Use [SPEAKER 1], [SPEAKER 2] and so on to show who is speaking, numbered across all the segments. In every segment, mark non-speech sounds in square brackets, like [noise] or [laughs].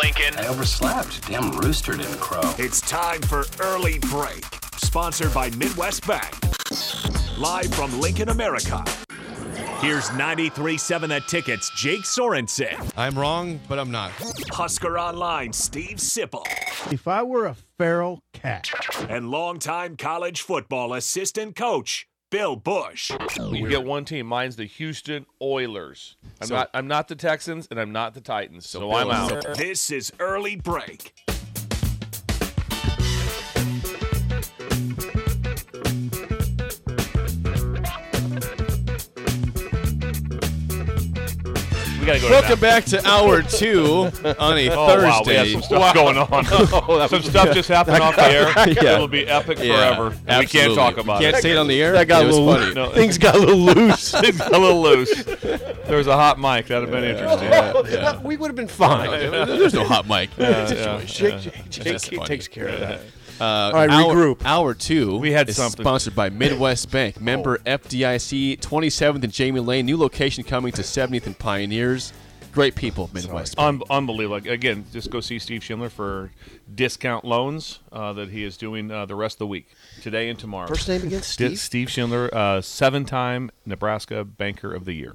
[SPEAKER 1] Lincoln.
[SPEAKER 2] I overslept. Damn rooster didn't crow.
[SPEAKER 3] It's time for Early Break, sponsored by Midwest Bank. Live from Lincoln, America. Here's 93.7 The Ticket's Jake Sorensen,
[SPEAKER 4] I'm wrong, but I'm not.
[SPEAKER 3] Husker Online Steve Sipple,
[SPEAKER 5] If I were a feral cat,
[SPEAKER 3] and longtime college football assistant coach Bill Bush.
[SPEAKER 6] You get one team. Mine's the Houston Oilers. I'm
[SPEAKER 4] So-
[SPEAKER 6] not. I'm not the Texans, and I'm not the Titans. So,
[SPEAKER 4] Bill
[SPEAKER 6] I'm
[SPEAKER 4] is
[SPEAKER 6] out.
[SPEAKER 4] the-
[SPEAKER 3] This is Early Break.
[SPEAKER 6] We gotta go.
[SPEAKER 4] Welcome back to hour two on a
[SPEAKER 6] [laughs] Oh wow, Oh, we have
[SPEAKER 4] Thursday.
[SPEAKER 6] some stuff going [laughs] on. some stuff just happened off the [laughs] air.
[SPEAKER 4] Yeah.
[SPEAKER 6] It'll be epic
[SPEAKER 4] Yeah,
[SPEAKER 6] forever. and We can't
[SPEAKER 4] absolutely.
[SPEAKER 6] talk about
[SPEAKER 4] We Can't
[SPEAKER 6] it.
[SPEAKER 4] say it on the air.
[SPEAKER 7] That got
[SPEAKER 4] it
[SPEAKER 7] a
[SPEAKER 4] was
[SPEAKER 7] little
[SPEAKER 6] [laughs]
[SPEAKER 4] [laughs] funny.
[SPEAKER 6] No,
[SPEAKER 7] Things got a little
[SPEAKER 6] [laughs]
[SPEAKER 7] loose.
[SPEAKER 6] it's a little loose. [laughs] There was a hot mic. That'd have been interesting.
[SPEAKER 7] Well, we would have been fine.
[SPEAKER 4] There's no hot mic.
[SPEAKER 7] Jake, Jake, Jake,
[SPEAKER 4] That's funny.
[SPEAKER 7] takes care of that.
[SPEAKER 4] Uh,
[SPEAKER 7] right,
[SPEAKER 4] hour,
[SPEAKER 7] regroup.
[SPEAKER 4] Hour two.
[SPEAKER 6] We had
[SPEAKER 4] is
[SPEAKER 6] something.
[SPEAKER 4] sponsored by Midwest Bank, member FDIC, 27th and Jamie Lane. New location coming to 70th and Pioneers. Great people, Midwest. Bank.
[SPEAKER 6] Un- unbelievable. Again, just go see Steve Schindler for discount loans uh, that he is doing uh, the rest of the week, today and tomorrow.
[SPEAKER 7] First name against
[SPEAKER 6] Di-
[SPEAKER 7] Steve?
[SPEAKER 6] Steve Schindler, uh, seven-time Nebraska Banker of the Year.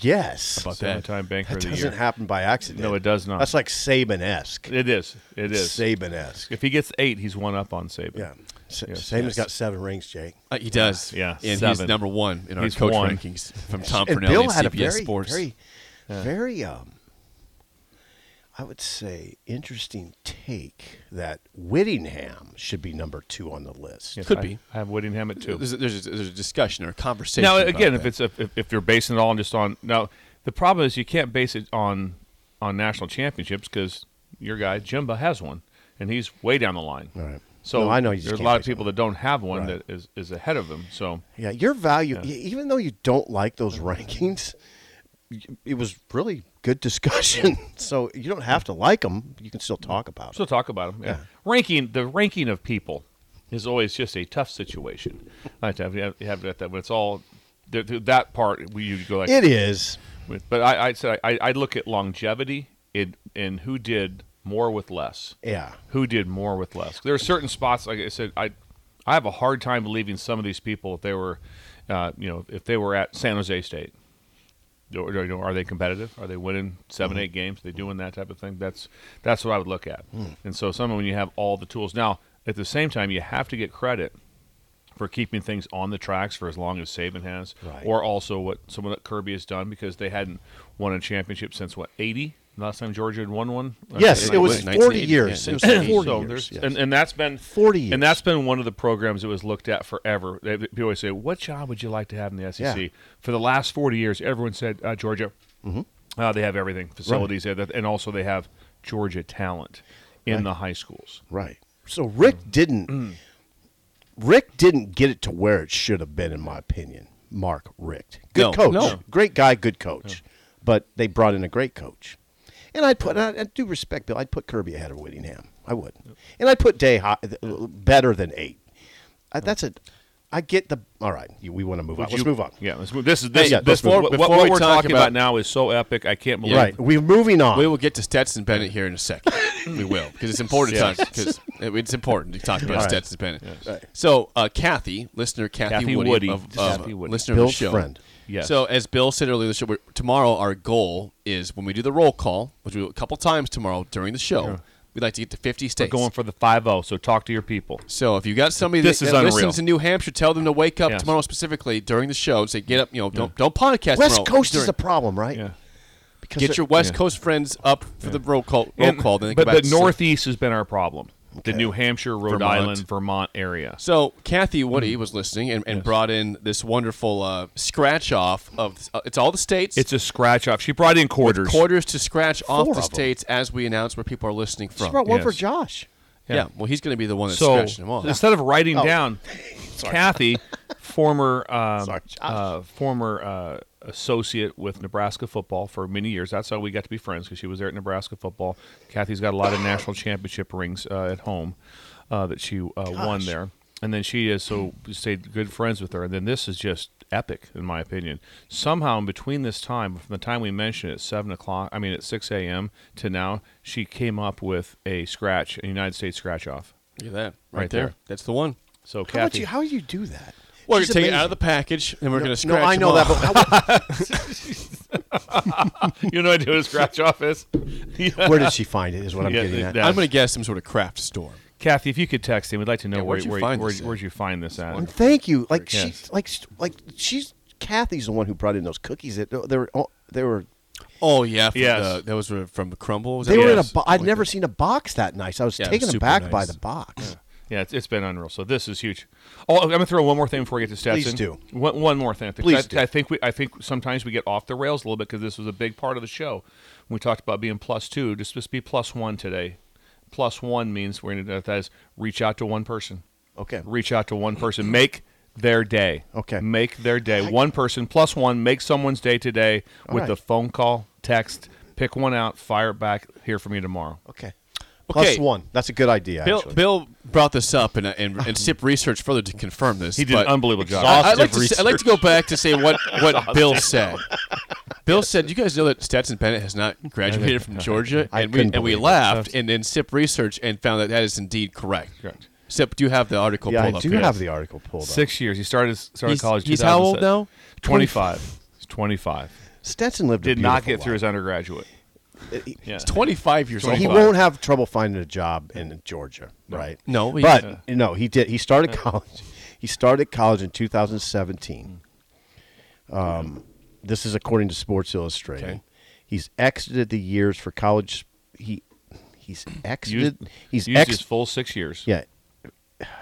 [SPEAKER 7] Yes.
[SPEAKER 6] About
[SPEAKER 7] That
[SPEAKER 6] seven-time Banker of the Year.
[SPEAKER 7] doesn't happen by accident.
[SPEAKER 6] No, it does not.
[SPEAKER 7] That's like Saban esque.
[SPEAKER 6] it is. It is.
[SPEAKER 7] Saban esque.
[SPEAKER 6] If he gets eight, he's one up on Saban.
[SPEAKER 7] Yeah. Sa-
[SPEAKER 6] Yes,
[SPEAKER 7] Saban's
[SPEAKER 6] yes.
[SPEAKER 7] got seven rings, Jake.
[SPEAKER 4] Uh, he does.
[SPEAKER 6] Yeah,
[SPEAKER 4] And he's
[SPEAKER 6] seven.
[SPEAKER 4] number one in our
[SPEAKER 6] He's
[SPEAKER 4] coach
[SPEAKER 6] one.
[SPEAKER 4] rankings from Tom
[SPEAKER 7] and
[SPEAKER 4] Fernelli
[SPEAKER 7] Bill
[SPEAKER 4] at
[SPEAKER 7] had
[SPEAKER 4] CBS
[SPEAKER 7] a very,
[SPEAKER 4] Sports.
[SPEAKER 7] very, very um, I would say interesting take that Whittingham should be number two on the list.
[SPEAKER 6] Yes,
[SPEAKER 4] Could
[SPEAKER 6] I-
[SPEAKER 4] be.
[SPEAKER 6] I have Whittingham at two.
[SPEAKER 4] there's, a, there's, a, there's a discussion or a conversation.
[SPEAKER 6] Now,
[SPEAKER 4] about
[SPEAKER 6] again, if
[SPEAKER 4] that.
[SPEAKER 6] it's a, if, if you're basing it all on just on now, the problem is you can't base it on on national championships because your guy Jimba has one, and he's way down the line.
[SPEAKER 7] Right.
[SPEAKER 6] So
[SPEAKER 7] No, I know you just
[SPEAKER 6] there's a
[SPEAKER 7] can't
[SPEAKER 6] lot of
[SPEAKER 7] base it
[SPEAKER 6] people
[SPEAKER 7] on-
[SPEAKER 6] that don't have one
[SPEAKER 7] Right.
[SPEAKER 6] that is, is ahead of him. So
[SPEAKER 7] Yeah, your value, e- even though you don't like those rankings, y- it was really good discussion. [laughs] so you don't have to like them; you can still talk about
[SPEAKER 6] still
[SPEAKER 7] it.
[SPEAKER 6] talk about him. Yeah. Ranking the ranking of people is always just a tough situation. I have to have, you have that, but it's all th- th- that part. We you go like
[SPEAKER 7] It is.
[SPEAKER 6] With- But I, I said I, I look at longevity in in who did more with less.
[SPEAKER 7] Yeah.
[SPEAKER 6] Who did more with less? There are certain spots, like I said, I I have a hard time believing some of these people if they were, uh, you know, if they were at San Jose State. Or, you know, are they competitive? Are they winning 7 eight games? they doing that type of thing? That's that's what I would look at.
[SPEAKER 7] Hmm.
[SPEAKER 6] And so, some when you have all the tools now, at the same time, you have to get credit for keeping things on the tracks for as long as Saban has,
[SPEAKER 7] Right.
[SPEAKER 6] or also what someone like Kirby has done because they hadn't won a championship since what eighty last time Georgia had won one.
[SPEAKER 7] Yes,
[SPEAKER 6] Like,
[SPEAKER 7] it was
[SPEAKER 4] 1980,
[SPEAKER 7] forty
[SPEAKER 4] yeah,
[SPEAKER 7] years.
[SPEAKER 4] it was
[SPEAKER 7] since
[SPEAKER 4] 1980.
[SPEAKER 7] forty
[SPEAKER 6] so
[SPEAKER 7] years.
[SPEAKER 6] there's-
[SPEAKER 7] yes.
[SPEAKER 6] and, and that's been
[SPEAKER 7] 40 years.
[SPEAKER 6] and that's been one of the programs that was looked at forever. They- People always say, "What job would you like to have in the SEC?"
[SPEAKER 7] Yeah.
[SPEAKER 6] For the last forty years, everyone said uh, Georgia. Uh, they have everything, facilities, they have that- and also they have Georgia talent in the high schools.
[SPEAKER 7] Right. So
[SPEAKER 4] Mm.
[SPEAKER 7] Rick didn't. Rick didn't get it to where it should have been, in my opinion. Mark Richt, good
[SPEAKER 4] No,
[SPEAKER 7] coach,
[SPEAKER 4] no.
[SPEAKER 7] great guy, good coach, but they brought in a great coach. And I'd put, I, I do respect Bill. I'd put Kirby ahead of Whittingham. I would, and I'd put Day high, uh, better than eight. I, that's a. I get the. All right, you- we want to move on. Let's
[SPEAKER 6] you-
[SPEAKER 7] move on.
[SPEAKER 6] Yeah, let's move. This is this.
[SPEAKER 7] Hey, yeah,
[SPEAKER 6] this
[SPEAKER 7] before-
[SPEAKER 6] what,
[SPEAKER 4] before
[SPEAKER 6] what
[SPEAKER 4] we
[SPEAKER 6] we're
[SPEAKER 4] talk
[SPEAKER 6] talking about,
[SPEAKER 4] about-
[SPEAKER 6] now is so epic. I can't believe.
[SPEAKER 7] Right, we're moving on.
[SPEAKER 4] We will get to Stetson Bennett here in a second. we will because it's important
[SPEAKER 6] Yes.
[SPEAKER 4] to talk because it's important to talk about
[SPEAKER 7] Right.
[SPEAKER 4] Stetson Bennett. So uh, Kathy, listener Kathy,
[SPEAKER 6] Kathy
[SPEAKER 4] Woody,
[SPEAKER 6] Woody.
[SPEAKER 4] of, of
[SPEAKER 6] Kathy Woody.
[SPEAKER 4] listener
[SPEAKER 7] Bill's
[SPEAKER 4] of the show.
[SPEAKER 7] friend.
[SPEAKER 6] Yes.
[SPEAKER 4] So as Bill said earlier, the show, we're- tomorrow our goal is when we do the roll call, which we do a couple times tomorrow during the show. We'd like to get to 50
[SPEAKER 6] We're
[SPEAKER 4] states.
[SPEAKER 6] going for the five zero. So talk to your people.
[SPEAKER 4] So if you got somebody
[SPEAKER 6] This
[SPEAKER 4] that,
[SPEAKER 6] is
[SPEAKER 4] that
[SPEAKER 6] unreal.
[SPEAKER 4] listens in New Hampshire, tell them to wake up
[SPEAKER 6] Yes.
[SPEAKER 4] tomorrow specifically during the show and say, get up, you know, don't don't podcast.
[SPEAKER 7] West
[SPEAKER 4] tomorrow
[SPEAKER 7] Coast
[SPEAKER 4] during-
[SPEAKER 7] is a problem, right?
[SPEAKER 6] Yeah.
[SPEAKER 7] Because
[SPEAKER 4] Get
[SPEAKER 7] they're-
[SPEAKER 4] your West
[SPEAKER 6] Yeah.
[SPEAKER 4] Coast friends up for the roll call. Roll
[SPEAKER 6] And-
[SPEAKER 4] call. Then they
[SPEAKER 6] but
[SPEAKER 4] go back
[SPEAKER 6] the
[SPEAKER 4] to sleep.
[SPEAKER 6] Northeast has been our problem. The New Hampshire, Rhode
[SPEAKER 4] Vermont.
[SPEAKER 6] Island, Vermont area.
[SPEAKER 4] So Kathy Woody was listening and, and brought in this wonderful uh, scratch off of uh, it's all the states.
[SPEAKER 6] It's a scratch off. She brought in quarters.
[SPEAKER 4] quarters to scratch off
[SPEAKER 7] Four
[SPEAKER 4] the
[SPEAKER 7] of 'em.
[SPEAKER 4] states as we announce where people are listening
[SPEAKER 7] She
[SPEAKER 4] from.
[SPEAKER 7] brought one for
[SPEAKER 6] Yes.
[SPEAKER 7] Josh.
[SPEAKER 4] yeah. well, he's going to be the one that's
[SPEAKER 6] so
[SPEAKER 4] scratching them off. Oh.
[SPEAKER 6] instead of writing
[SPEAKER 4] [laughs]
[SPEAKER 6] down, Kathy, former um,
[SPEAKER 7] Sorry, Josh.
[SPEAKER 6] uh, former uh, associate with Nebraska football for many years. That's how we got to be friends because she was there at Nebraska football. Kathy's got a lot of national championship rings uh, at home uh, that she uh, won there. and then she is so stayed good friends with her. And then this is just epic, in my opinion. Somehow, in between this time, from the time we mentioned it, seven o'clock, I mean at six a.m. to now, she came up with a scratch, a United States scratch off.
[SPEAKER 4] Look at that. Right,
[SPEAKER 6] Right
[SPEAKER 4] there.
[SPEAKER 6] there.
[SPEAKER 4] That's the one.
[SPEAKER 6] So
[SPEAKER 7] How
[SPEAKER 6] Kathy,
[SPEAKER 7] would you? How do you do that?
[SPEAKER 4] Well, we're
[SPEAKER 7] She's
[SPEAKER 4] going to take it out of the
[SPEAKER 7] amazing.
[SPEAKER 4] package and we're going to
[SPEAKER 7] No,
[SPEAKER 4] scratch
[SPEAKER 7] I
[SPEAKER 4] them
[SPEAKER 7] know that,
[SPEAKER 4] off.
[SPEAKER 7] but how-
[SPEAKER 6] [laughs] you know, what I do a scratch off is.
[SPEAKER 7] where did she find it? Is what I'm
[SPEAKER 6] Yeah,
[SPEAKER 7] getting at.
[SPEAKER 6] that-
[SPEAKER 4] I'm going to guess some sort of craft store.
[SPEAKER 6] Kathy, if you could text him, we'd like to know
[SPEAKER 4] Yeah,
[SPEAKER 6] where
[SPEAKER 4] where'd you
[SPEAKER 6] where,
[SPEAKER 4] find
[SPEAKER 6] where,
[SPEAKER 4] this at?
[SPEAKER 6] where'd you find this at.
[SPEAKER 7] And thank you. Like
[SPEAKER 6] Yes.
[SPEAKER 7] she's like st- like she's Kathy's the one who brought in those cookies. That they were all- they were
[SPEAKER 4] Oh, yeah. From
[SPEAKER 6] Yes.
[SPEAKER 4] the- that was uh, from the Crumble. Was
[SPEAKER 7] they
[SPEAKER 4] that
[SPEAKER 7] were
[SPEAKER 4] what
[SPEAKER 7] in
[SPEAKER 4] it
[SPEAKER 7] a.
[SPEAKER 4] was?
[SPEAKER 7] Bo- I'd never seen a box that nice. I was
[SPEAKER 4] Yeah, it was
[SPEAKER 7] taken
[SPEAKER 4] super
[SPEAKER 7] aback by
[SPEAKER 4] nice.
[SPEAKER 7] the box.
[SPEAKER 6] Yeah, it's, it's been unreal. So this is huge. Oh, I'm gonna throw one more thing before we get to Stetson.
[SPEAKER 7] Please do.
[SPEAKER 6] One, one more thing. I think,
[SPEAKER 7] Please
[SPEAKER 6] I,
[SPEAKER 7] do.
[SPEAKER 6] I think we I think sometimes we get off the rails a little bit because this was a big part of the show. We talked about being plus two. Just just be plus one today. Plus one means we're gonna that is reach out to one person.
[SPEAKER 7] Okay.
[SPEAKER 6] Reach out to one person. Make their day.
[SPEAKER 7] Okay.
[SPEAKER 6] Make their day. One person plus one. Make someone's day today with
[SPEAKER 7] right.
[SPEAKER 6] a phone call, text. Pick one out. Fire it back. Hear from you tomorrow.
[SPEAKER 7] Okay.
[SPEAKER 4] Okay.
[SPEAKER 7] Plus one. That's a good idea.
[SPEAKER 4] Bill,
[SPEAKER 7] actually.
[SPEAKER 4] Bill brought this up, and, and, and SIP researched further to confirm this.
[SPEAKER 6] He did an
[SPEAKER 4] but-
[SPEAKER 6] unbelievable job.
[SPEAKER 4] I- I'd like, to say, I'd like to go back to say what, what Bill said. Bill said, "You guys know that Stetson Bennett has not graduated from Georgia,"
[SPEAKER 7] I
[SPEAKER 4] and we
[SPEAKER 7] couldn't
[SPEAKER 4] and we
[SPEAKER 7] believe it.
[SPEAKER 4] laughed, and then SIP research and found that that is indeed correct.
[SPEAKER 6] Correct.
[SPEAKER 4] SIP, do you have the article
[SPEAKER 7] yeah, I
[SPEAKER 4] pulled up?
[SPEAKER 7] do
[SPEAKER 4] here?
[SPEAKER 7] have the article pulled up.
[SPEAKER 6] Six years. He started started
[SPEAKER 4] He's-
[SPEAKER 6] college.
[SPEAKER 4] he's how old
[SPEAKER 6] 2007.
[SPEAKER 4] now?
[SPEAKER 6] Twenty five. He's twenty five.
[SPEAKER 7] Stetson lived.
[SPEAKER 6] Did
[SPEAKER 7] a
[SPEAKER 6] not
[SPEAKER 7] beautiful
[SPEAKER 6] get through his
[SPEAKER 7] life.
[SPEAKER 6] undergraduate.
[SPEAKER 7] he-
[SPEAKER 6] Yeah.
[SPEAKER 4] Uh, He's 25 years
[SPEAKER 7] He
[SPEAKER 4] old.
[SPEAKER 7] won't have trouble finding a job in Georgia, right?
[SPEAKER 4] No, he-
[SPEAKER 7] but
[SPEAKER 4] uh,
[SPEAKER 7] no, he did. He started college. He started college in 2017. Um, this is according to Sports Illustrated.
[SPEAKER 4] Mm. Okay.
[SPEAKER 7] He's exited the years for college. He he's exited. he's
[SPEAKER 6] used his
[SPEAKER 7] ex.
[SPEAKER 6] full six years
[SPEAKER 7] Yeah,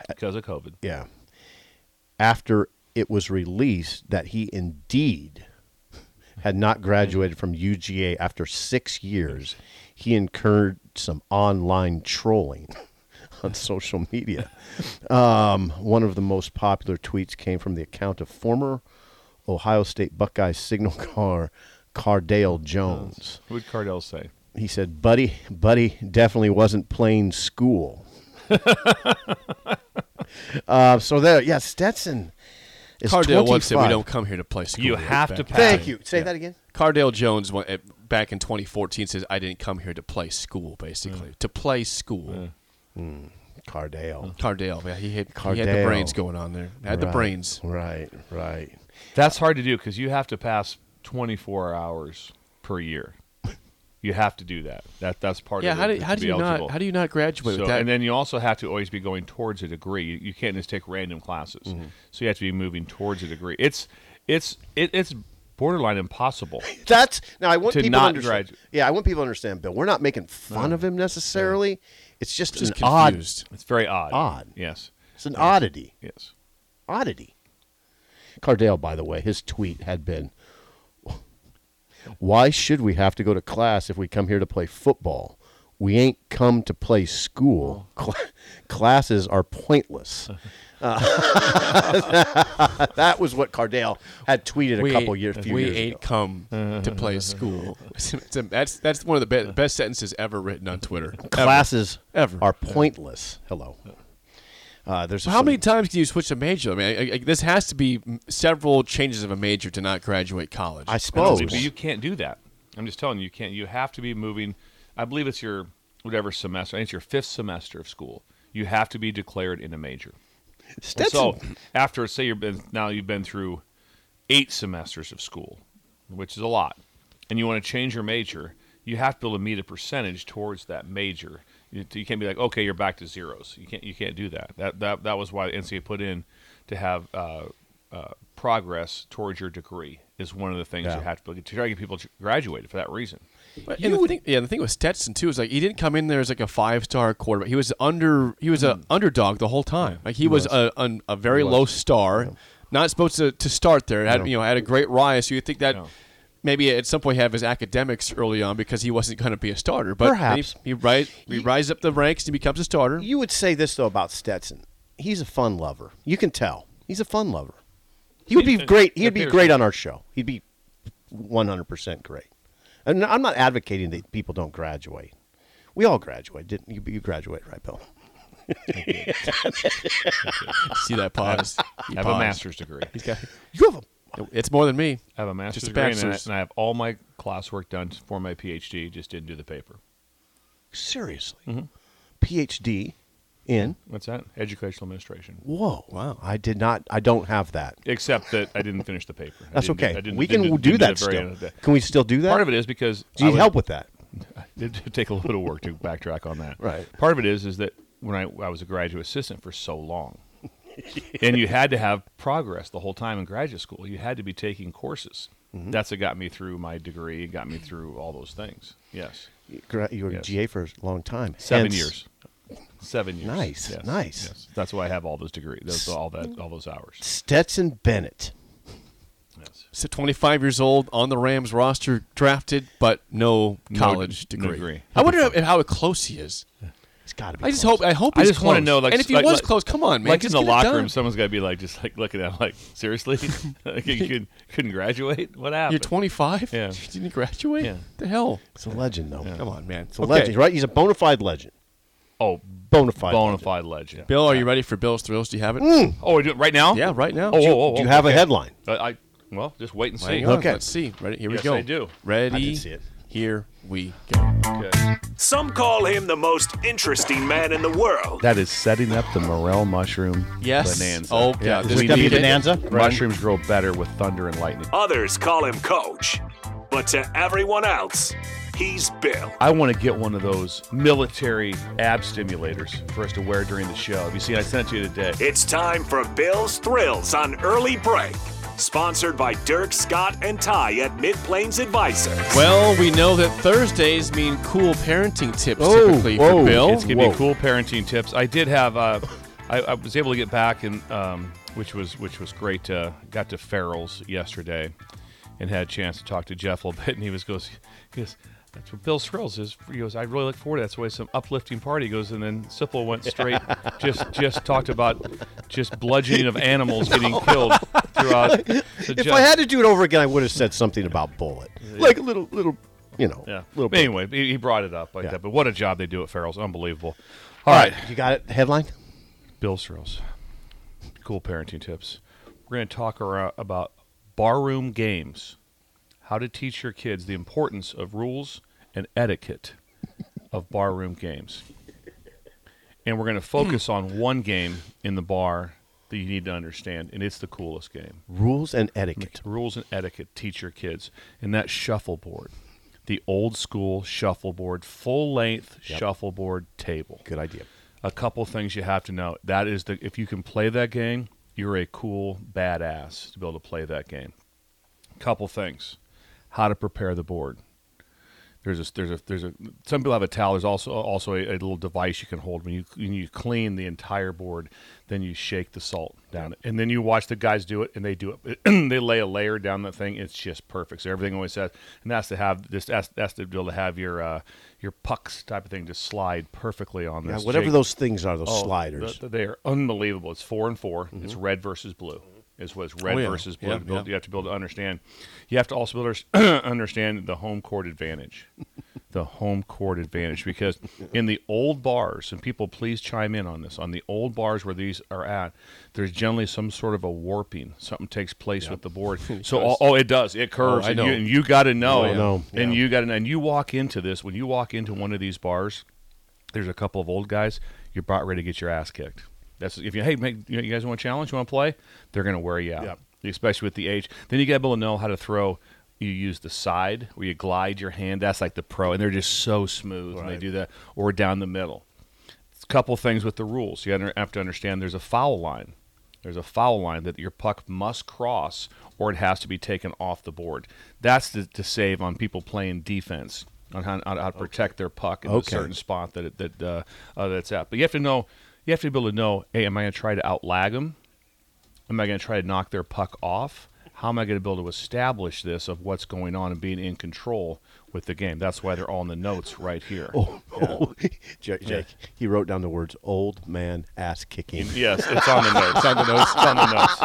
[SPEAKER 6] because of COVID.
[SPEAKER 7] yeah. After it was released that he indeed had not graduated from UGA after six years, he incurred some online trolling [laughs] on social media. Um, one of the most popular tweets came from the account of former Ohio State Buckeye signal car Cardale Jones.
[SPEAKER 6] What would Cardell say?
[SPEAKER 7] He said, "Buddy, buddy, definitely wasn't
[SPEAKER 4] [laughs]
[SPEAKER 7] playing school." uh, so there, yeah, Stetson is
[SPEAKER 4] Cardale once said, "We
[SPEAKER 7] 25.
[SPEAKER 4] don't come here to play school."
[SPEAKER 6] You
[SPEAKER 4] Right
[SPEAKER 6] have
[SPEAKER 4] back.
[SPEAKER 6] to pass.
[SPEAKER 7] Thank you. Say that again.
[SPEAKER 4] Cardale Jones went at, back in 2014 says, "I didn't come here to play school. Basically,
[SPEAKER 7] Mm.
[SPEAKER 4] to play school."
[SPEAKER 7] Cardale.
[SPEAKER 4] Cardale, yeah, he had, he had the
[SPEAKER 7] Cardale.
[SPEAKER 4] brains going on there. Had the
[SPEAKER 7] Right,
[SPEAKER 4] brains.
[SPEAKER 7] Right. Right.
[SPEAKER 6] That's hard to do because you have to pass twenty four hours per year. You have to do that. That that's part
[SPEAKER 4] Yeah,
[SPEAKER 6] of
[SPEAKER 4] how
[SPEAKER 6] it.
[SPEAKER 4] do,
[SPEAKER 6] to
[SPEAKER 4] how do
[SPEAKER 6] be
[SPEAKER 4] you
[SPEAKER 6] eligible.
[SPEAKER 4] not how do you not graduate
[SPEAKER 6] So,
[SPEAKER 4] with that?
[SPEAKER 6] and then you also have to always be going towards a degree. You, you can't just take random classes. So you have to be moving towards a degree. It's it's it, it's borderline impossible.
[SPEAKER 7] That's now. I want
[SPEAKER 6] To
[SPEAKER 7] people
[SPEAKER 6] not
[SPEAKER 7] to understand.
[SPEAKER 6] graduate.
[SPEAKER 7] Yeah, I want people to understand, Bill. We're not making fun of him necessarily. It's just,
[SPEAKER 4] Uh-huh. just
[SPEAKER 7] an odd.
[SPEAKER 4] confused.
[SPEAKER 6] It's very odd.
[SPEAKER 7] Odd.
[SPEAKER 6] Yes.
[SPEAKER 7] It's an oddity.
[SPEAKER 6] Yes.
[SPEAKER 7] oddity. Cardale, by the way, his tweet had been, "Why should we have to go to class if we come here to play football? We ain't come to play school. Cla- classes
[SPEAKER 4] [laughs]
[SPEAKER 7] are pointless." Uh, [laughs] that was what Cardale had tweeted a couple years, few
[SPEAKER 4] we
[SPEAKER 7] years
[SPEAKER 4] ain't
[SPEAKER 7] ago. [laughs]
[SPEAKER 4] come
[SPEAKER 7] Uh-huh.
[SPEAKER 4] to play school. [laughs] It's a- that's that's one of the
[SPEAKER 6] Uh-huh.
[SPEAKER 4] be- best sentences ever written
[SPEAKER 6] [laughs]
[SPEAKER 4] on Twitter. Ever.
[SPEAKER 7] Classes
[SPEAKER 4] Ever.
[SPEAKER 7] are pointless. Hello. Uh, there's
[SPEAKER 4] How
[SPEAKER 7] some-
[SPEAKER 4] many times can you switch a major? I mean, I, I, this has to be m- several changes of a major to not graduate college.
[SPEAKER 7] I
[SPEAKER 6] No,
[SPEAKER 7] suppose.
[SPEAKER 6] but you can't do that. I'm just telling you, you can't. You have to be moving. I believe it's your whatever semester. I think it's your fifth semester of school. You have to be declared in a major. And
[SPEAKER 7] Stetson-
[SPEAKER 6] so after say you've been now you've been through eight semesters of school, which is a lot, and you want to change your major, you have to be able to meet a percentage towards that major. You, you can't be like, okay, you're back to zeros. You can't you can't do that. That that that was why the NCAA put in to have uh, uh, progress towards your degree is one of the things
[SPEAKER 7] Yeah.
[SPEAKER 6] you have to, to try to get people to graduate for that reason.
[SPEAKER 4] But- and the thing, yeah, the thing with Stetson too is like he didn't come in there as like a five star quarterback. He was under he was an underdog the whole time. Like he, was, a an, a very low star, not supposed to, to start there. Had you know had a great rise. So you think that
[SPEAKER 6] No.
[SPEAKER 4] maybe at some point have his academics early on because he wasn't going to be a starter. But then he-
[SPEAKER 7] Perhaps.
[SPEAKER 4] he, rise he, rise up the ranks and he becomes a starter.
[SPEAKER 7] You would say this though about Stetson. He's a fun lover. You can tell. He's a fun lover. He would be great. He'd be great on our show. He'd be 100% great. And I'm not advocating that people don't graduate. We all graduate. Didn't you? You graduate, right, Bill?
[SPEAKER 4] [laughs] See that pause? He
[SPEAKER 6] I have a
[SPEAKER 4] paused.
[SPEAKER 6] master's degree.
[SPEAKER 4] He's got-
[SPEAKER 7] You have a.
[SPEAKER 4] it's more than me.
[SPEAKER 6] I have a master's
[SPEAKER 4] Just a
[SPEAKER 6] degree, and I,
[SPEAKER 4] bachelor's.
[SPEAKER 6] and I have all my classwork done for my PhD. Just didn't do the paper.
[SPEAKER 7] Seriously.
[SPEAKER 6] Mm-hmm.
[SPEAKER 7] PhD in.
[SPEAKER 6] What's that? Educational administration.
[SPEAKER 7] Whoa. Wow. I did not. I don't have that.
[SPEAKER 6] Except that I didn't finish the paper. I
[SPEAKER 7] That's
[SPEAKER 6] didn't do-
[SPEAKER 7] okay.
[SPEAKER 6] I didn't-
[SPEAKER 7] we
[SPEAKER 6] didn't
[SPEAKER 7] can do
[SPEAKER 6] didn't
[SPEAKER 7] that
[SPEAKER 6] the very end
[SPEAKER 7] still.
[SPEAKER 6] of the day.
[SPEAKER 7] Can we still do that?
[SPEAKER 6] Part of it is because I
[SPEAKER 7] Do you need
[SPEAKER 6] was-
[SPEAKER 7] help with that?
[SPEAKER 6] [laughs] It'd take a little bit of work to backtrack on that.
[SPEAKER 7] Right.
[SPEAKER 6] Part of it is is that when I, I was a graduate assistant for so long, [laughs] and you had to have progress the whole time in graduate school. You had to be taking courses.
[SPEAKER 4] Mm-hmm.
[SPEAKER 6] That's what got me through my degree. Got me through all those things. Yes,
[SPEAKER 7] Gra- You were a
[SPEAKER 6] Yes.
[SPEAKER 7] GA for a long time.
[SPEAKER 6] seven
[SPEAKER 7] Hence-
[SPEAKER 6] years. Seven years.
[SPEAKER 7] Nice,
[SPEAKER 6] Yes.
[SPEAKER 7] nice.
[SPEAKER 6] Yes. That's why I have all those degrees. Those all that all those hours.
[SPEAKER 7] Stetson Bennett.
[SPEAKER 6] Yes.
[SPEAKER 4] So 25 years old on the Rams roster, drafted, but no college
[SPEAKER 6] no
[SPEAKER 4] degree.
[SPEAKER 6] degree.
[SPEAKER 4] I wonder if, how close he is.
[SPEAKER 7] It's got to be.
[SPEAKER 4] I just
[SPEAKER 7] close.
[SPEAKER 4] hope. I hope.
[SPEAKER 6] I
[SPEAKER 4] he's
[SPEAKER 6] just want to
[SPEAKER 4] close.
[SPEAKER 6] know, like,
[SPEAKER 4] and if he
[SPEAKER 6] like-
[SPEAKER 4] was
[SPEAKER 6] like-
[SPEAKER 4] close, come on, man.
[SPEAKER 6] like
[SPEAKER 4] just
[SPEAKER 6] in the
[SPEAKER 4] get it
[SPEAKER 6] locker
[SPEAKER 4] done.
[SPEAKER 6] room, someone's got to be like, just like looking at him, like,
[SPEAKER 4] [laughs]
[SPEAKER 6] seriously, [laughs] like, you couldn't, couldn't graduate. What happened?
[SPEAKER 4] You're 25. [laughs]
[SPEAKER 6] Yeah.
[SPEAKER 4] You didn't graduate.
[SPEAKER 6] Yeah.
[SPEAKER 4] The hell.
[SPEAKER 7] It's a legend, though.
[SPEAKER 4] Come on, man.
[SPEAKER 7] It's a legend, right? He's a bona fide legend.
[SPEAKER 6] Oh,
[SPEAKER 7] Bona fide.
[SPEAKER 6] bona
[SPEAKER 7] legend.
[SPEAKER 6] fide legend.
[SPEAKER 4] Bill, are you ready for Bill's thrills? Do you have it?
[SPEAKER 6] Oh, we're doing- right now?
[SPEAKER 4] Yeah, right now.
[SPEAKER 6] Oh,
[SPEAKER 4] Do you-
[SPEAKER 6] oh, oh,
[SPEAKER 7] Do you have
[SPEAKER 6] okay.
[SPEAKER 7] a headline?
[SPEAKER 6] Uh, I well, just wait and see.
[SPEAKER 4] Hang on,
[SPEAKER 7] Okay.
[SPEAKER 4] Let's see. Ready? Here
[SPEAKER 6] Yes,
[SPEAKER 4] we go.
[SPEAKER 6] I do.
[SPEAKER 4] Ready?
[SPEAKER 7] I did see it.
[SPEAKER 4] Here we go.
[SPEAKER 6] Okay.
[SPEAKER 3] Some call him the most interesting man in the world.
[SPEAKER 6] That is setting up the morel mushroom
[SPEAKER 4] Yes.
[SPEAKER 6] bonanza.
[SPEAKER 4] Oh, yeah, this
[SPEAKER 6] We
[SPEAKER 4] could be
[SPEAKER 6] need
[SPEAKER 4] a
[SPEAKER 6] it.
[SPEAKER 7] bonanza.
[SPEAKER 6] Mushrooms grow better with thunder and lightning.
[SPEAKER 3] Others call him coach. But to everyone else, he's Bill.
[SPEAKER 6] I want to get one of those military ab stimulators for us to wear during the show. Have you seen? I sent it to you today.
[SPEAKER 3] It's time for Bill's Thrills on Early Break, sponsored by Dirk, Scott, and Ty at Mid Plains Advisors.
[SPEAKER 4] Well, we know that Thursdays mean cool parenting tips
[SPEAKER 7] Oh,
[SPEAKER 4] typically
[SPEAKER 7] whoa.
[SPEAKER 4] for Bill.
[SPEAKER 6] It's gonna
[SPEAKER 7] Whoa.
[SPEAKER 6] be cool parenting tips. I did have. Uh, I, I was able to get back and um, which was which was great. Uh, got to Farrell's yesterday, and had a chance to talk to Jeff a little [laughs] bit. And he was goes, he goes, that's what Bill Srills is. He goes, I really look forward to that. That's why some uplifting party. He goes, and then Sipple went straight, just just talked about just bludgeoning
[SPEAKER 7] [laughs]
[SPEAKER 6] of animals getting killed throughout. The
[SPEAKER 7] If I had to do it over again, I would have said something about bullet, like a little, little, you know,
[SPEAKER 6] yeah.
[SPEAKER 7] little.
[SPEAKER 6] But anyway, he he brought it up like
[SPEAKER 7] Yeah.
[SPEAKER 6] that. But what a job they do at Farrell's, unbelievable.
[SPEAKER 7] All right, you got it. Headline.
[SPEAKER 6] Bill Srills. Cool parenting tips. We're going to talk ar- about barroom games, how to teach your kids the importance of rules and etiquette of barroom games. And we're going to focus on one game in the bar that you need to understand, and it's the coolest game
[SPEAKER 7] Rules and etiquette.
[SPEAKER 6] rules and etiquette teach your kids and that shuffleboard the old school shuffleboard full length shuffleboard table
[SPEAKER 7] Good idea.
[SPEAKER 6] a couple things you have to know that is the if you can play that game you're a cool badass to be able to play that game couple things how to prepare the board there's a there's a there's a some people have a towel there's also also a, a little device you can hold when you when you clean the entire board then you shake the salt down it and then you watch the guys do it and they do it [clears throat] they lay a layer down that thing it's just perfect so everything always says and that's to have this that's that's to be able to have your uh your pucks type of thing just slide perfectly on
[SPEAKER 7] Yeah,
[SPEAKER 6] this
[SPEAKER 7] whatever
[SPEAKER 6] jig.
[SPEAKER 7] those things are, those
[SPEAKER 6] Oh,
[SPEAKER 7] sliders.
[SPEAKER 6] th- they are unbelievable. It's four and 4 It's red versus blue. Is what's red
[SPEAKER 4] Mm-hmm. Oh, yeah.
[SPEAKER 6] versus blue.
[SPEAKER 4] Yeah,
[SPEAKER 6] You build-
[SPEAKER 4] yeah.
[SPEAKER 6] You have to be able to understand. You have to also be able to [clears throat] understand the home court
[SPEAKER 4] [laughs]
[SPEAKER 6] advantage. the home court advantage, because in the old bars, and people please chime in on this. On the old bars where these are at, there's generally some sort of a warping. Something takes place with the
[SPEAKER 4] [laughs]
[SPEAKER 6] board. so oh, oh, it does. It curves.
[SPEAKER 4] I
[SPEAKER 6] and,
[SPEAKER 4] know.
[SPEAKER 6] You, and you got to know.
[SPEAKER 7] Oh, I know.
[SPEAKER 6] And
[SPEAKER 7] Yeah.
[SPEAKER 6] you got to know. And you walk into this when you walk into one of these bars there's a couple of old guys, you're about ready to get your ass kicked. That's if you hey, make, you, know, you guys want a challenge, you want to play, they're going to wear you out, especially with the age. Then you got to be able to know how to throw. You use the side where you glide your hand. That's like the pro, and they're just so smooth when they do that, or down the middle. A couple things with the rules. You under- have to understand there's a foul line. There's a foul line that your puck must cross, or it has to be taken off the board. That's to, to save on people playing defense on how, how to protect their puck in a
[SPEAKER 7] Okay.
[SPEAKER 6] certain spot that it, that uh, uh, that's at. But you have to know, you have to be able to know. Hey, am I going to try to outlag them? Am I going to try to knock their puck off? how am I going to be able to establish this of what's going on and being in control with the game? That's why they're all in the notes right here.
[SPEAKER 7] [laughs] Oh. Jake, Jake, he wrote down the words "old man ass kicking."
[SPEAKER 6] Yes, it's on the notes. it's on the notes. It's on the notes.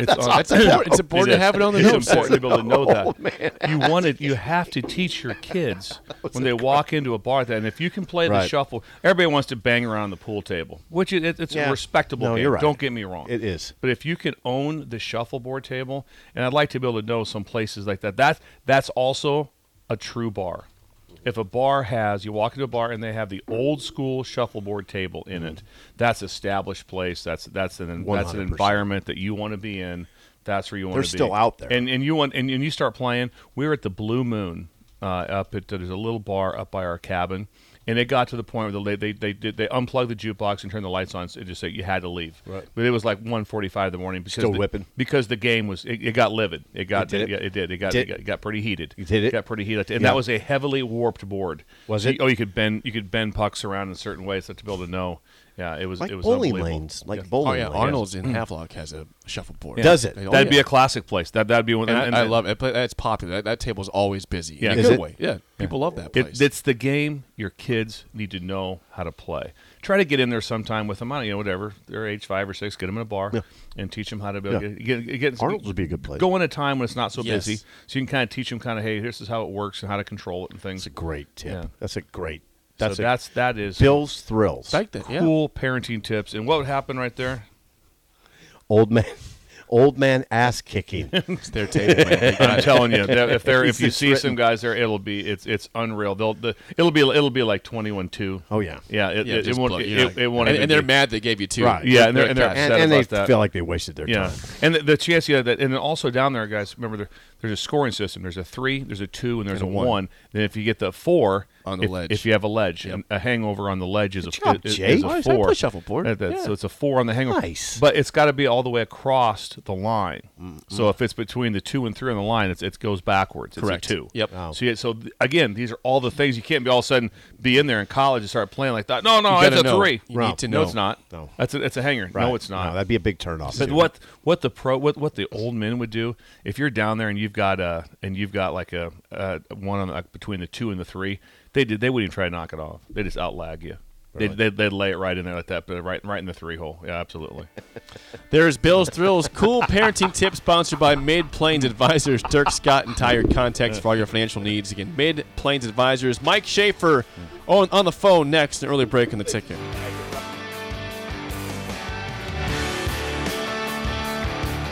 [SPEAKER 6] It's on-
[SPEAKER 4] That's important. It's important to
[SPEAKER 6] is.
[SPEAKER 4] have it on the
[SPEAKER 6] it's
[SPEAKER 4] notes.
[SPEAKER 6] important to be able to know that. you want it. You have to teach your kids when they walk into a bar that, and if you can play the
[SPEAKER 7] Right.
[SPEAKER 6] shuffle, everybody wants to bang around the pool table, which is, it, it's a
[SPEAKER 7] Yeah.
[SPEAKER 6] respectable
[SPEAKER 7] No,
[SPEAKER 6] game.
[SPEAKER 7] you're right.
[SPEAKER 6] Don't get me wrong.
[SPEAKER 7] It is.
[SPEAKER 6] But if you can own the shuffleboard table, and I'd like to be able to know some places like that. That that's also a true bar. If a bar has, you walk into a bar and they have the old school shuffleboard table in it. That's established place. That's that's an that's an
[SPEAKER 7] 100%.
[SPEAKER 6] environment that you want to be in. That's where you want
[SPEAKER 7] They're
[SPEAKER 6] to be.
[SPEAKER 7] still out there.
[SPEAKER 6] And and you want and, and you start playing. We were at the Blue Moon uh, up at there's a little bar up by our cabin, and it got to the point where they they they did, they unplugged the jukebox and turned the lights on. So it just said you had to leave. Right. But it was like 1.45 in the morning because
[SPEAKER 7] Still
[SPEAKER 6] the,
[SPEAKER 7] whipping?
[SPEAKER 6] because the game was it, it got livid. It got
[SPEAKER 7] It did?
[SPEAKER 6] yeah, it did. It got
[SPEAKER 7] Did-
[SPEAKER 6] it got, got pretty heated.
[SPEAKER 7] Did it?
[SPEAKER 6] Got pretty heated. And
[SPEAKER 7] Yeah.
[SPEAKER 6] that was a heavily warped board.
[SPEAKER 7] Was
[SPEAKER 6] So
[SPEAKER 7] it?
[SPEAKER 6] You, oh, you could bend you could bend pucks around in certain ways to be able to know. Yeah, it was
[SPEAKER 7] Like
[SPEAKER 6] it was
[SPEAKER 7] bowling
[SPEAKER 6] unbelievable.
[SPEAKER 7] lanes, like
[SPEAKER 6] Yeah.
[SPEAKER 7] bowling.
[SPEAKER 4] Oh yeah,
[SPEAKER 7] lanes.
[SPEAKER 4] Arnold's in Havelock has a shuffleboard.
[SPEAKER 7] Does it?
[SPEAKER 4] They all-
[SPEAKER 6] Mm. That'd be
[SPEAKER 4] yeah.
[SPEAKER 6] a classic place. That that'd be one.
[SPEAKER 4] And,
[SPEAKER 6] and-
[SPEAKER 4] I
[SPEAKER 6] and-
[SPEAKER 4] love it. But That's popular. That, that table's always busy.
[SPEAKER 6] Yeah.
[SPEAKER 4] in a
[SPEAKER 6] Is
[SPEAKER 4] good
[SPEAKER 7] it?
[SPEAKER 4] way. Yeah, people love that
[SPEAKER 6] It,
[SPEAKER 4] place.
[SPEAKER 6] it's the game your kids need to know how to play. Try to get in there sometime with them. I don't you know whatever they're age five or six. Get them in a bar and teach them how to build.
[SPEAKER 7] Yeah.
[SPEAKER 6] Get, get, get,
[SPEAKER 7] Arnold's would be a good place.
[SPEAKER 6] Go in a time when it's not so
[SPEAKER 4] Yes.
[SPEAKER 6] busy, so you can kind of teach them kind of hey, this is how it works and how to control it and things.
[SPEAKER 7] That's a great tip.
[SPEAKER 6] Yeah.
[SPEAKER 7] That's a great.
[SPEAKER 6] That's
[SPEAKER 7] That's
[SPEAKER 6] so
[SPEAKER 7] a,
[SPEAKER 6] that's that is
[SPEAKER 7] Bill's thrills.
[SPEAKER 4] like that. Yeah.
[SPEAKER 6] cool parenting tips. And what would happen right there?
[SPEAKER 7] Old man, [laughs] old man
[SPEAKER 6] [laughs]
[SPEAKER 7] ass kicking.
[SPEAKER 4] It's their table. man.
[SPEAKER 6] I'm telling you, that
[SPEAKER 7] [laughs]
[SPEAKER 6] if they're if you
[SPEAKER 7] He's
[SPEAKER 6] see some guys there, it'll be it's it's unreal. They'll the, it'll be it'll be like twenty one two.
[SPEAKER 7] Oh, yeah.
[SPEAKER 6] yeah. It,
[SPEAKER 4] Yeah,
[SPEAKER 6] it, it
[SPEAKER 4] just
[SPEAKER 6] won't.
[SPEAKER 4] blow-
[SPEAKER 6] it,
[SPEAKER 4] you're like-
[SPEAKER 6] it won't.
[SPEAKER 4] and,
[SPEAKER 6] even
[SPEAKER 4] and they're
[SPEAKER 6] be-
[SPEAKER 4] mad they gave you two.
[SPEAKER 7] Right.
[SPEAKER 6] Yeah, and they're- and they're
[SPEAKER 4] upset.
[SPEAKER 6] upset.
[SPEAKER 7] and, and they
[SPEAKER 6] about that.
[SPEAKER 7] feel like they wasted their
[SPEAKER 6] Yeah,
[SPEAKER 7] time.
[SPEAKER 6] and the, the chance, yeah, that, and then also down there, guys. Remember, there, there's a scoring system. There's a three, there's a two, and there's a one. Then if you get the four
[SPEAKER 4] On the
[SPEAKER 6] if,
[SPEAKER 4] ledge.
[SPEAKER 6] if you have a ledge, and a hangover on the ledge is a,
[SPEAKER 7] job,
[SPEAKER 6] is- is
[SPEAKER 7] Jake.
[SPEAKER 6] a
[SPEAKER 4] Nice. I
[SPEAKER 6] four.
[SPEAKER 4] play shuffleboard.
[SPEAKER 6] That- that- So
[SPEAKER 4] Yeah.
[SPEAKER 6] it's a four on the hangover.
[SPEAKER 7] Nice.
[SPEAKER 6] but it's got to be all the way across the line. So if it's between the two and three on the line, it's, it goes backwards.
[SPEAKER 4] Correct.
[SPEAKER 6] It's a two.
[SPEAKER 4] Yep.
[SPEAKER 7] Wow.
[SPEAKER 6] So yeah, so th- again, these are all the things you can't be all of a sudden be in there in college and start playing like that. No, no,
[SPEAKER 4] You
[SPEAKER 6] it's
[SPEAKER 4] gotta
[SPEAKER 6] a
[SPEAKER 4] know.
[SPEAKER 6] three.
[SPEAKER 4] You need to
[SPEAKER 6] No,
[SPEAKER 4] know.
[SPEAKER 6] it's not.
[SPEAKER 7] No.
[SPEAKER 6] that's a, it's a hanger.
[SPEAKER 7] Right.
[SPEAKER 6] No, it's not.
[SPEAKER 7] that'd be a big turnoff.
[SPEAKER 6] But
[SPEAKER 7] too.
[SPEAKER 6] what what the pro what, what the old men would do if you're down there and you've got uh and you've got like a uh, one on the, between the two and the three they did they wouldn't even try to knock it off they just outlag you they they they'd lay it right in there like that but right right in the three hole yeah absolutely
[SPEAKER 4] [laughs] There's Bill's Thrills, cool parenting tips sponsored by Mid Plains Advisors, Dirk Scott and Tired Contacts for all your financial needs. Again, Mid Plains Advisors, Mike Schaefer on, on the phone next, an early break in the ticket.